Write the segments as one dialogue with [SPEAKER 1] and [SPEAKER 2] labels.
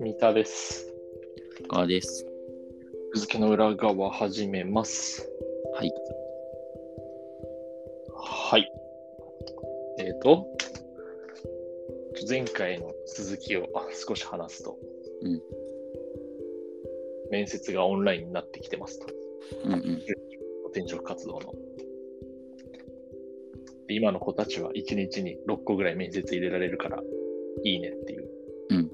[SPEAKER 1] 三田です。
[SPEAKER 2] 川です。
[SPEAKER 1] 続きの裏側始めます。
[SPEAKER 2] はい。
[SPEAKER 1] はい。えっ、と、前回の続きを少し話すと、
[SPEAKER 2] うん
[SPEAKER 1] 面接がオンラインになってきてますと。
[SPEAKER 2] うんうん。
[SPEAKER 1] 転職活動の。で今の子たちは1日に6個ぐらい面接入れられるからいいねっていう、
[SPEAKER 2] うん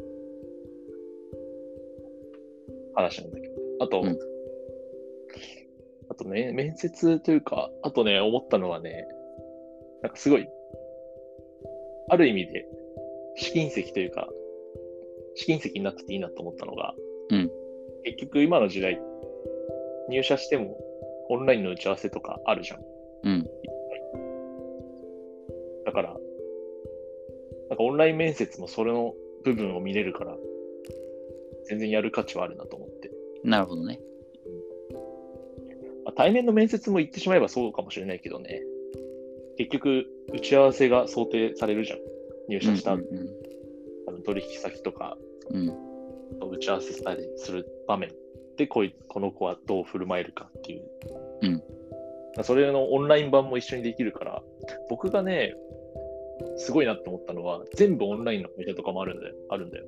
[SPEAKER 1] 話なんだけど。あと、
[SPEAKER 2] うん
[SPEAKER 1] あとね、面接というか、あとね、思ったのはね、なんかすごい、ある意味で試金石というか、試金石になってていいなと思ったのが、
[SPEAKER 2] うん
[SPEAKER 1] 結局今の時代、入社してもオンラインの打ち合わせとかあるじゃん。
[SPEAKER 2] うん。
[SPEAKER 1] だから、なんかオンライン面接もそれの部分を見れるから、全然やる価値はあるなと思って。
[SPEAKER 2] なるほどね。
[SPEAKER 1] まあ、対面の面接も言ってしまえばそうかもしれないけどね。結局、打ち合わせが想定されるじゃん。入社した、
[SPEAKER 2] うんうん
[SPEAKER 1] あの取引先とか
[SPEAKER 2] うん。
[SPEAKER 1] と打ち合わせしたりする場面でこい、この子はどう振る舞えるかっていう。
[SPEAKER 2] うん
[SPEAKER 1] まあそれのオンライン版も一緒にできるから、僕がね、すごいなって思ったのは、全部オンラインの会社とかもあるんだよ。あるんだよ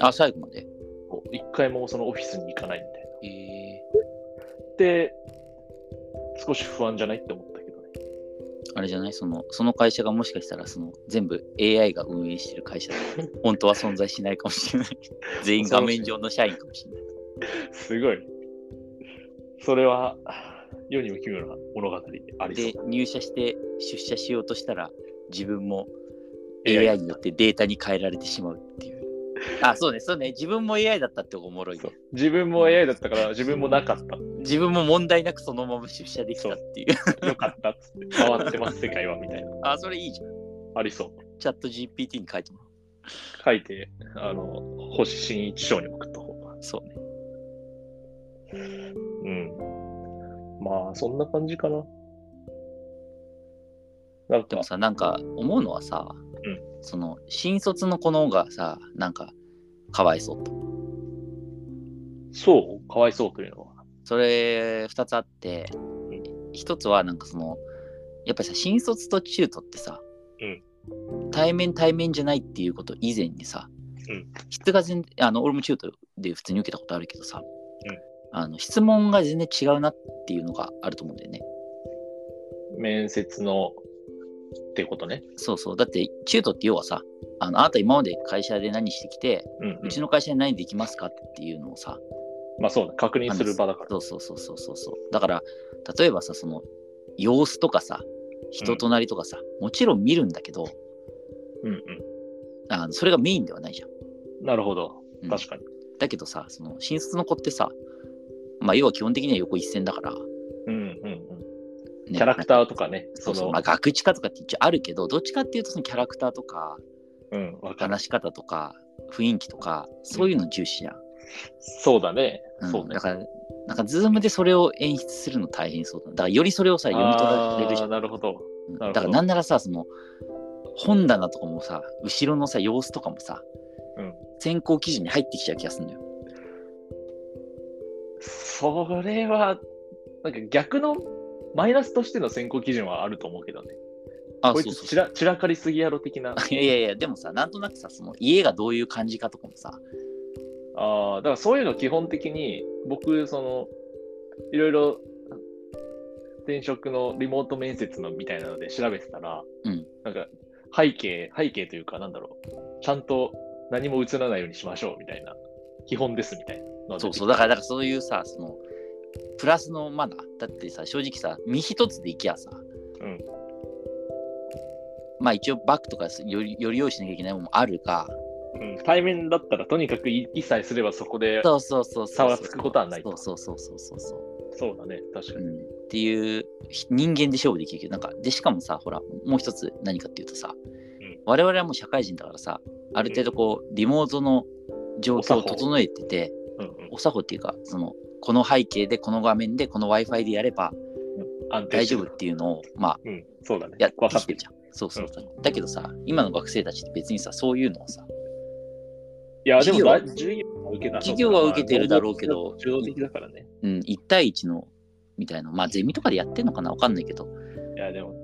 [SPEAKER 2] あ、最後まで。
[SPEAKER 1] こう一回もそのオフィスに行かないみたいな。
[SPEAKER 2] えー、
[SPEAKER 1] で、少し不安じゃないって思ったけどね。
[SPEAKER 2] あれじゃないその、その会社がもしかしたら、その、全部 AI が運営してる会社 で、本当は存在しないかもしれない。 全員画面上の社員かもしれない。
[SPEAKER 1] すごい。それは、世にも奇妙な物語であり
[SPEAKER 2] で
[SPEAKER 1] そ、
[SPEAKER 2] 入社して出社しようとしたら、自分も
[SPEAKER 1] う。
[SPEAKER 2] AI によってデータに変えられてしまうっていう。あ、そうね、そうね。自分も AI だったっておもろい
[SPEAKER 1] そう
[SPEAKER 2] ね。
[SPEAKER 1] 自分も AI だったから、自分もなかった。
[SPEAKER 2] 自分も問題なくそのまま出社できたっていう。
[SPEAKER 1] よかったっつって。変わってます、世界は、みたいな。
[SPEAKER 2] あ、それいいじゃん。
[SPEAKER 1] ありそう。
[SPEAKER 2] チャット GPT に書いてもら
[SPEAKER 1] 書いて、あの、星新一賞に送った方が。
[SPEAKER 2] う。そうね。
[SPEAKER 1] うん。まあ、そんな感じかな。なん
[SPEAKER 2] で
[SPEAKER 1] か
[SPEAKER 2] も、さなんか思うのはさ、
[SPEAKER 1] うん
[SPEAKER 2] その新卒の子の方がさなんかかわいそうと
[SPEAKER 1] そう、かわいそうというのは。
[SPEAKER 2] それ2つあって1つはなんかそのやっぱりさ新卒と中途ってさ、対面対面じゃないっていうこと以前にさ、
[SPEAKER 1] うん
[SPEAKER 2] 質が全あの俺も中途で普通に受けたことあるけどさ、
[SPEAKER 1] うん
[SPEAKER 2] あの質問が全然違うなっていうのがあると思うんだよね
[SPEAKER 1] 面接の、ってことね。
[SPEAKER 2] そうそうだって中途って要はさあのあなた今まで会社で何してきて
[SPEAKER 1] うん、う
[SPEAKER 2] うんちの会社で何できますかっていうのをさ、
[SPEAKER 1] まあそうだ、確認する場だから。
[SPEAKER 2] そうそうそうそうそうそうだから例えばさその様子とかさ人となりとかさ、もちろん見るんだけど
[SPEAKER 1] うんう
[SPEAKER 2] あのそれがメインではないじゃん、
[SPEAKER 1] ん。なるほど。
[SPEAKER 2] うん
[SPEAKER 1] 確かに。
[SPEAKER 2] だけどさその新卒の子ってさまあ要は基本的には横一線だから、ね
[SPEAKER 1] うんうんうん。キャラクターとかね、
[SPEAKER 2] そうそう、
[SPEAKER 1] の
[SPEAKER 2] まあ、学知化とかって一応あるけどどっちかっていうとそのキャラクターとか
[SPEAKER 1] うん、わかる。
[SPEAKER 2] 話し方とか雰囲気とかそういうの重視じゃん、
[SPEAKER 1] そうだね。
[SPEAKER 2] うん
[SPEAKER 1] そうね
[SPEAKER 2] だ。からなんかズームでそれを演出するの大変そうだだからよりそれをさ読み取られるじゃ
[SPEAKER 1] あ
[SPEAKER 2] ん
[SPEAKER 1] ーなるほど。
[SPEAKER 2] うん
[SPEAKER 1] なるほど
[SPEAKER 2] だからなんならさその本棚とかもさ後ろのさ様子とかもさ、
[SPEAKER 1] うん
[SPEAKER 2] 選考基準に入ってきちゃう気がするんだよ。
[SPEAKER 1] それは、なんか逆のマイナスとしての選考基準はあると思うけどね。
[SPEAKER 2] あ
[SPEAKER 1] こいつ散ら散らかりすぎやろ的な。
[SPEAKER 2] いやいやいやでもさなんとなくさその家がどういう感じかとかもさ
[SPEAKER 1] ああ、だからそういうの基本的に、僕、その、いろいろ転職のリモート面接のみたいなので調べてたら、
[SPEAKER 2] うん
[SPEAKER 1] なんか背景、背景というか、なんだろう、ちゃんと何も映らないようにしましょうみたいな、基本ですみたいなのが出てきて。
[SPEAKER 2] そうそうだからだからそういうさそのプラスのマナーだってさ正直さ身一つでいきゃさ、
[SPEAKER 1] うん
[SPEAKER 2] まあ一応バッグとかよりより用意しなきゃいけないものもあるが
[SPEAKER 1] うん対面だったら、とにかく一切すればそこで、
[SPEAKER 2] そうそうそうそう
[SPEAKER 1] 差はつくことはない
[SPEAKER 2] そうそうそうそうそうそう
[SPEAKER 1] そうだね、確かに。
[SPEAKER 2] っていうひ人間で勝負できるけどなんかでしかもさほらもう一つ何かっていうとさ、
[SPEAKER 1] ん
[SPEAKER 2] 我々はもう社会人だからさある程度こうリモートの状況を整えてて
[SPEAKER 1] うんうん
[SPEAKER 2] お作法っていうかそのこの背景でこの画面でこの w i f i でやれば
[SPEAKER 1] 安定
[SPEAKER 2] 大
[SPEAKER 1] して
[SPEAKER 2] 丈
[SPEAKER 1] る
[SPEAKER 2] 夫っていうのをまあ
[SPEAKER 1] うん、そうだね。
[SPEAKER 2] やっ
[SPEAKER 1] 分
[SPEAKER 2] て
[SPEAKER 1] か
[SPEAKER 2] き
[SPEAKER 1] ってて
[SPEAKER 2] る
[SPEAKER 1] る。
[SPEAKER 2] じゃんそうそう。だけどさ、今の学生たちって別にさ、そういうのをさ、
[SPEAKER 1] いや、でも
[SPEAKER 2] 授業は
[SPEAKER 1] だ授業は受けたのかな
[SPEAKER 2] 授業は受けてるだろうけど
[SPEAKER 1] 能動的だからね。
[SPEAKER 2] うん、1対1の、みたいな、まあ、ゼミとかでやってんのかなわかんないけど、
[SPEAKER 1] いや、でも、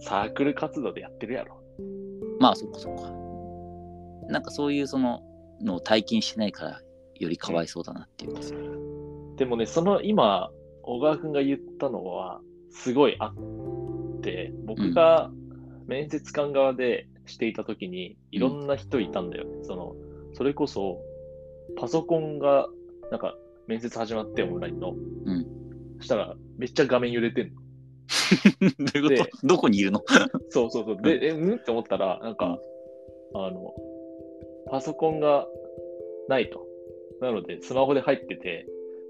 [SPEAKER 1] サークル活動でやってるやろ。
[SPEAKER 2] まあ、そっかそっか。なんかそういうその、のを体験してないから、よりかわいそうだなっていうかさ。
[SPEAKER 1] でもね、その今、小川君が言ったのは、すごいあって、僕が面接官側でしていたときに、いろんな人いたんだよね。その、それこそ、パソコンが、なんか、面接始まって、オンラインの。
[SPEAKER 2] うん
[SPEAKER 1] したら、めっちゃ画面揺れてんの。
[SPEAKER 2] どういうことどこにいるの
[SPEAKER 1] そうそうそう。で、え、うんって思ったら、なんか、あの、パソコンがないと。なので、スマホで入ってて、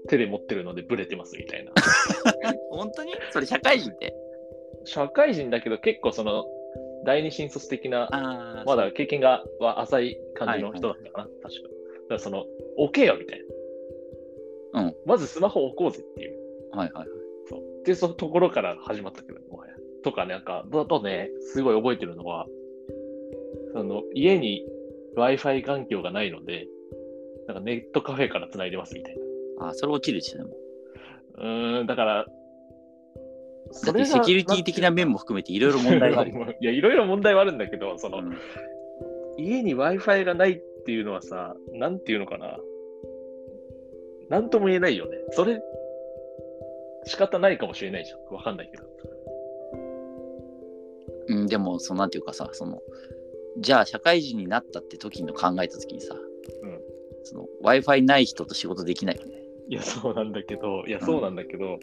[SPEAKER 1] 手で持ってるのでブレてますみたい な。
[SPEAKER 2] 本当にそれ社会人って。
[SPEAKER 1] 社会人だけど、結構その、第二新卒的な、
[SPEAKER 2] ああ、
[SPEAKER 1] まだ経験がは浅い感じの人だったかな、確か。だからその、置けよみたいな。
[SPEAKER 2] うん。
[SPEAKER 1] まずスマホ置こうぜっていう。
[SPEAKER 2] はいはいはい。
[SPEAKER 1] そう。っていうそのところから始まったけど、もはやとかね、なんか、だとね、すごい覚えてるのは、その、家に Wi-Fi 環境がないので、なんかネットカフェから繋いでますみたい
[SPEAKER 2] ああ、それ落ちるでしょ、でも。
[SPEAKER 1] な。うーん、だから、。
[SPEAKER 2] だってセキュリティ的な面も含めていろいろ問題がある。
[SPEAKER 1] いや、いろいろ問題はあるんだけど、その、
[SPEAKER 2] うん
[SPEAKER 1] 家に Wi-Fi がないっていうのはさ、なんていうのかな。なんとも言えないよね。それ、仕方ないかもしれないじゃん。わかんないけど。
[SPEAKER 2] うん、でも、そのなんていうかさ、その、じゃあ社会人になったって時の考えた時にさ、
[SPEAKER 1] うん
[SPEAKER 2] その Wi-Fi ない人と仕事できないよね。
[SPEAKER 1] いや、そうなんだけど、いや、
[SPEAKER 2] うん
[SPEAKER 1] そうなんだけど、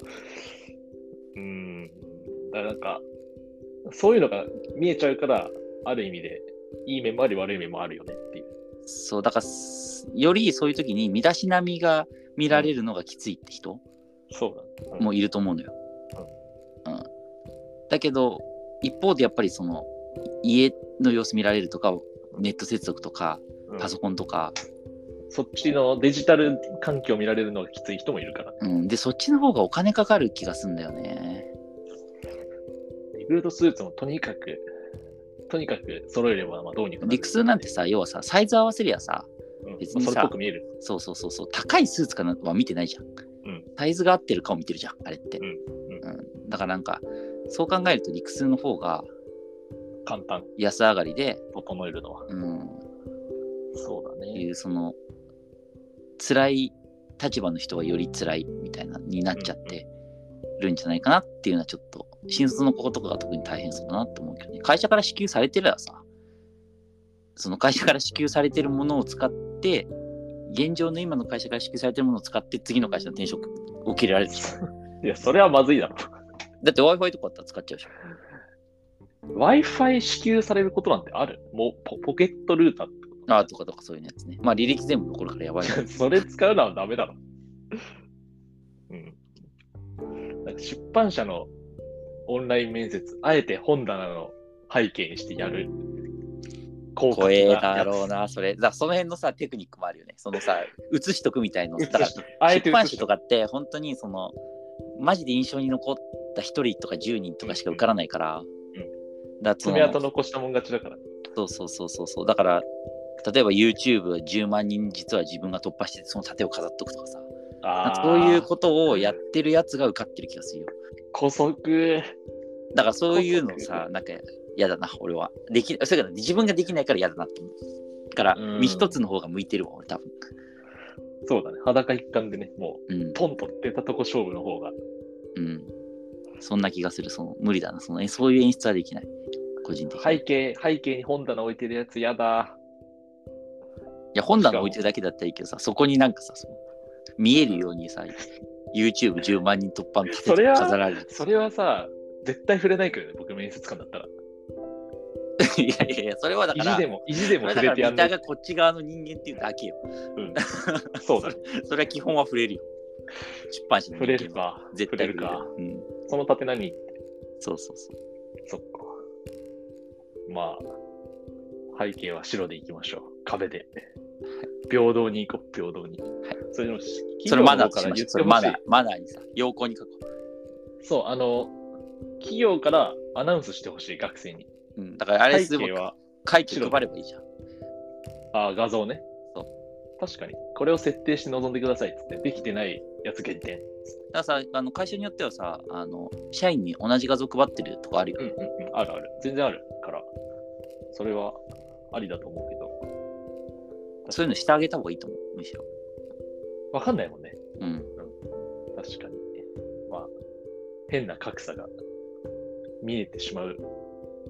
[SPEAKER 1] うーん、だからなんか、そういうのが見えちゃうから、ある意味で、いい面もあり、悪い面もあるよねっていう。
[SPEAKER 2] そう、だから、すよりそういう時に身だしなみが見られるのがきついって人
[SPEAKER 1] そうなんだ。うん
[SPEAKER 2] もいると思うのよ。うん。だけど、一方でやっぱりその、家の様子見られるとか、ネット接続とか、
[SPEAKER 1] うん
[SPEAKER 2] パソコンとか、
[SPEAKER 1] そっちのデジタル環境を見られるのがきつい人もいるから。
[SPEAKER 2] うん、で、そっちの方がお金かかる気がすんだよね。
[SPEAKER 1] リクルートスーツもとにかく、とにかく揃えればまあどうにかなる。
[SPEAKER 2] 理屈なんてさ、要はさ、サイズ合わせりゃさ、
[SPEAKER 1] うん、
[SPEAKER 2] 別に
[SPEAKER 1] まあそ
[SPEAKER 2] さ
[SPEAKER 1] れっぽく見える。
[SPEAKER 2] そうそうそうそう、高いスーツかなは見てないじゃん。
[SPEAKER 1] ん
[SPEAKER 2] サイズが合ってるかを見てるじゃん、あれって。
[SPEAKER 1] うん
[SPEAKER 2] うんだからなんか、そう考えると理屈の方が
[SPEAKER 1] 簡単、
[SPEAKER 2] 安上がりで、
[SPEAKER 1] 整えるのは。
[SPEAKER 2] うん、
[SPEAKER 1] そうだ
[SPEAKER 2] い
[SPEAKER 1] ね。
[SPEAKER 2] うその、辛い立場の人はより辛いみたいな、になっちゃってるんじゃないかなっていうのはちょっと、新卒の子とかが特に大変そうだなって思うけどね。会社から支給されてるらさ、その会社から支給されてるものを使って、現状の今の会社から支給されてるものを使って次の会社の転職を受けられるでしょ。
[SPEAKER 1] いや、それはまずいだろ。
[SPEAKER 2] だって Wi-Fi とかだったら使っちゃうでしょ。
[SPEAKER 1] Wi-Fi 支給されることなんてあるもうポポケットルーターってこと
[SPEAKER 2] あーとかとかそういうやつね。まあ履歴全部残るからやばいな。
[SPEAKER 1] それ使うのはダメだろ。うん。なんか出版社のオンライン面接、あえて本棚の背景にしてやる。効
[SPEAKER 2] 怖えだろう。な、それ。だからその辺のさ、テクニックもあるよね。そのさ、写しとくみたいの。
[SPEAKER 1] 映し
[SPEAKER 2] だから
[SPEAKER 1] とあえて
[SPEAKER 2] 出版
[SPEAKER 1] 写し
[SPEAKER 2] 社
[SPEAKER 1] と
[SPEAKER 2] とかって本当にそのマジで印象に残った1人とか10人とかしか受からないから、だからそ
[SPEAKER 1] 爪痕
[SPEAKER 2] の
[SPEAKER 1] 残したもん勝ちだから。
[SPEAKER 2] そうそうそうそうそうだから例えば YouTube10 万人実は自分が突破しててその盾を飾っとくとかさなん
[SPEAKER 1] あ
[SPEAKER 2] か
[SPEAKER 1] あ、
[SPEAKER 2] そういうことをやってるやつが受かってる気がするよ
[SPEAKER 1] 古速。
[SPEAKER 2] だからそういうのさ
[SPEAKER 1] こ
[SPEAKER 2] なんか嫌だな俺はできそれから自分ができないから嫌だなと思うだから
[SPEAKER 1] うん
[SPEAKER 2] 身一つの方が向いてるわ俺多分
[SPEAKER 1] そうだね。裸一貫でね、も
[SPEAKER 2] うん
[SPEAKER 1] う、ポンと出たとこ勝負の方が。
[SPEAKER 2] うんそんな気がするその無理だなそのえそういう演出はできない個人的に
[SPEAKER 1] 背景、背景に本棚置いてるやつやだ。
[SPEAKER 2] いや、本棚置いてるだけだったらいいけどさ、そこになんかさ、その見えるようにさ、YouTube10 万人突破の盾
[SPEAKER 1] それ
[SPEAKER 2] と
[SPEAKER 1] は
[SPEAKER 2] か飾られる。
[SPEAKER 1] それはさ、絶対触れないけどね、僕面接官だったら。
[SPEAKER 2] いやいやいや、それはだ
[SPEAKER 1] 意
[SPEAKER 2] か
[SPEAKER 1] 地
[SPEAKER 2] ら、
[SPEAKER 1] でも、意地で
[SPEAKER 2] そ
[SPEAKER 1] も触
[SPEAKER 2] れだか
[SPEAKER 1] れ
[SPEAKER 2] ら
[SPEAKER 1] てやん
[SPEAKER 2] 見
[SPEAKER 1] な
[SPEAKER 2] た
[SPEAKER 1] い。
[SPEAKER 2] がこっち側の人間っていうだけよ。
[SPEAKER 1] うん そうだね。
[SPEAKER 2] それは基本は触れるよ。出版社の
[SPEAKER 1] 触れ
[SPEAKER 2] 人間は
[SPEAKER 1] るか。
[SPEAKER 2] 絶対触れる
[SPEAKER 1] 触れる
[SPEAKER 2] か
[SPEAKER 1] か。
[SPEAKER 2] うん。
[SPEAKER 1] その縦何
[SPEAKER 2] そうそうそう。
[SPEAKER 1] そっか。まあ、背景は白でいきましょう。壁で。平等に行こう、平等に。
[SPEAKER 2] はい
[SPEAKER 1] それでもし、
[SPEAKER 2] それマナーとし
[SPEAKER 1] から
[SPEAKER 2] まし
[SPEAKER 1] 言っ
[SPEAKER 2] ょう。
[SPEAKER 1] て
[SPEAKER 2] それ
[SPEAKER 1] ほ
[SPEAKER 2] マ
[SPEAKER 1] し
[SPEAKER 2] ナー、マナーにさ、要項に書こ
[SPEAKER 1] い。そう、あの、企業からアナウンスしてほしい、学生に。
[SPEAKER 2] う。うん、だからあれ
[SPEAKER 1] 背
[SPEAKER 2] すご
[SPEAKER 1] 景
[SPEAKER 2] い
[SPEAKER 1] は、
[SPEAKER 2] 書いて配ればいいじゃん。
[SPEAKER 1] あー画像ね。
[SPEAKER 2] そ
[SPEAKER 1] 確かに。これを設定して臨んでくださいっつって、できてないやつ限定。
[SPEAKER 2] だからさあの会社によってはさあの社員に同じ画像配ってるとかあるよ、
[SPEAKER 1] うんうんうん。あるある。全然あるから。それはありだと思うけど。
[SPEAKER 2] そういうのしてあげた方がいいと思うむしろ、
[SPEAKER 1] わかんないもんね。
[SPEAKER 2] うん、
[SPEAKER 1] 確かに。まあ、変な格差が見えてしまう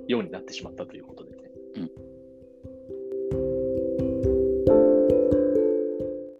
[SPEAKER 1] ようになってしまったということでね。
[SPEAKER 2] うん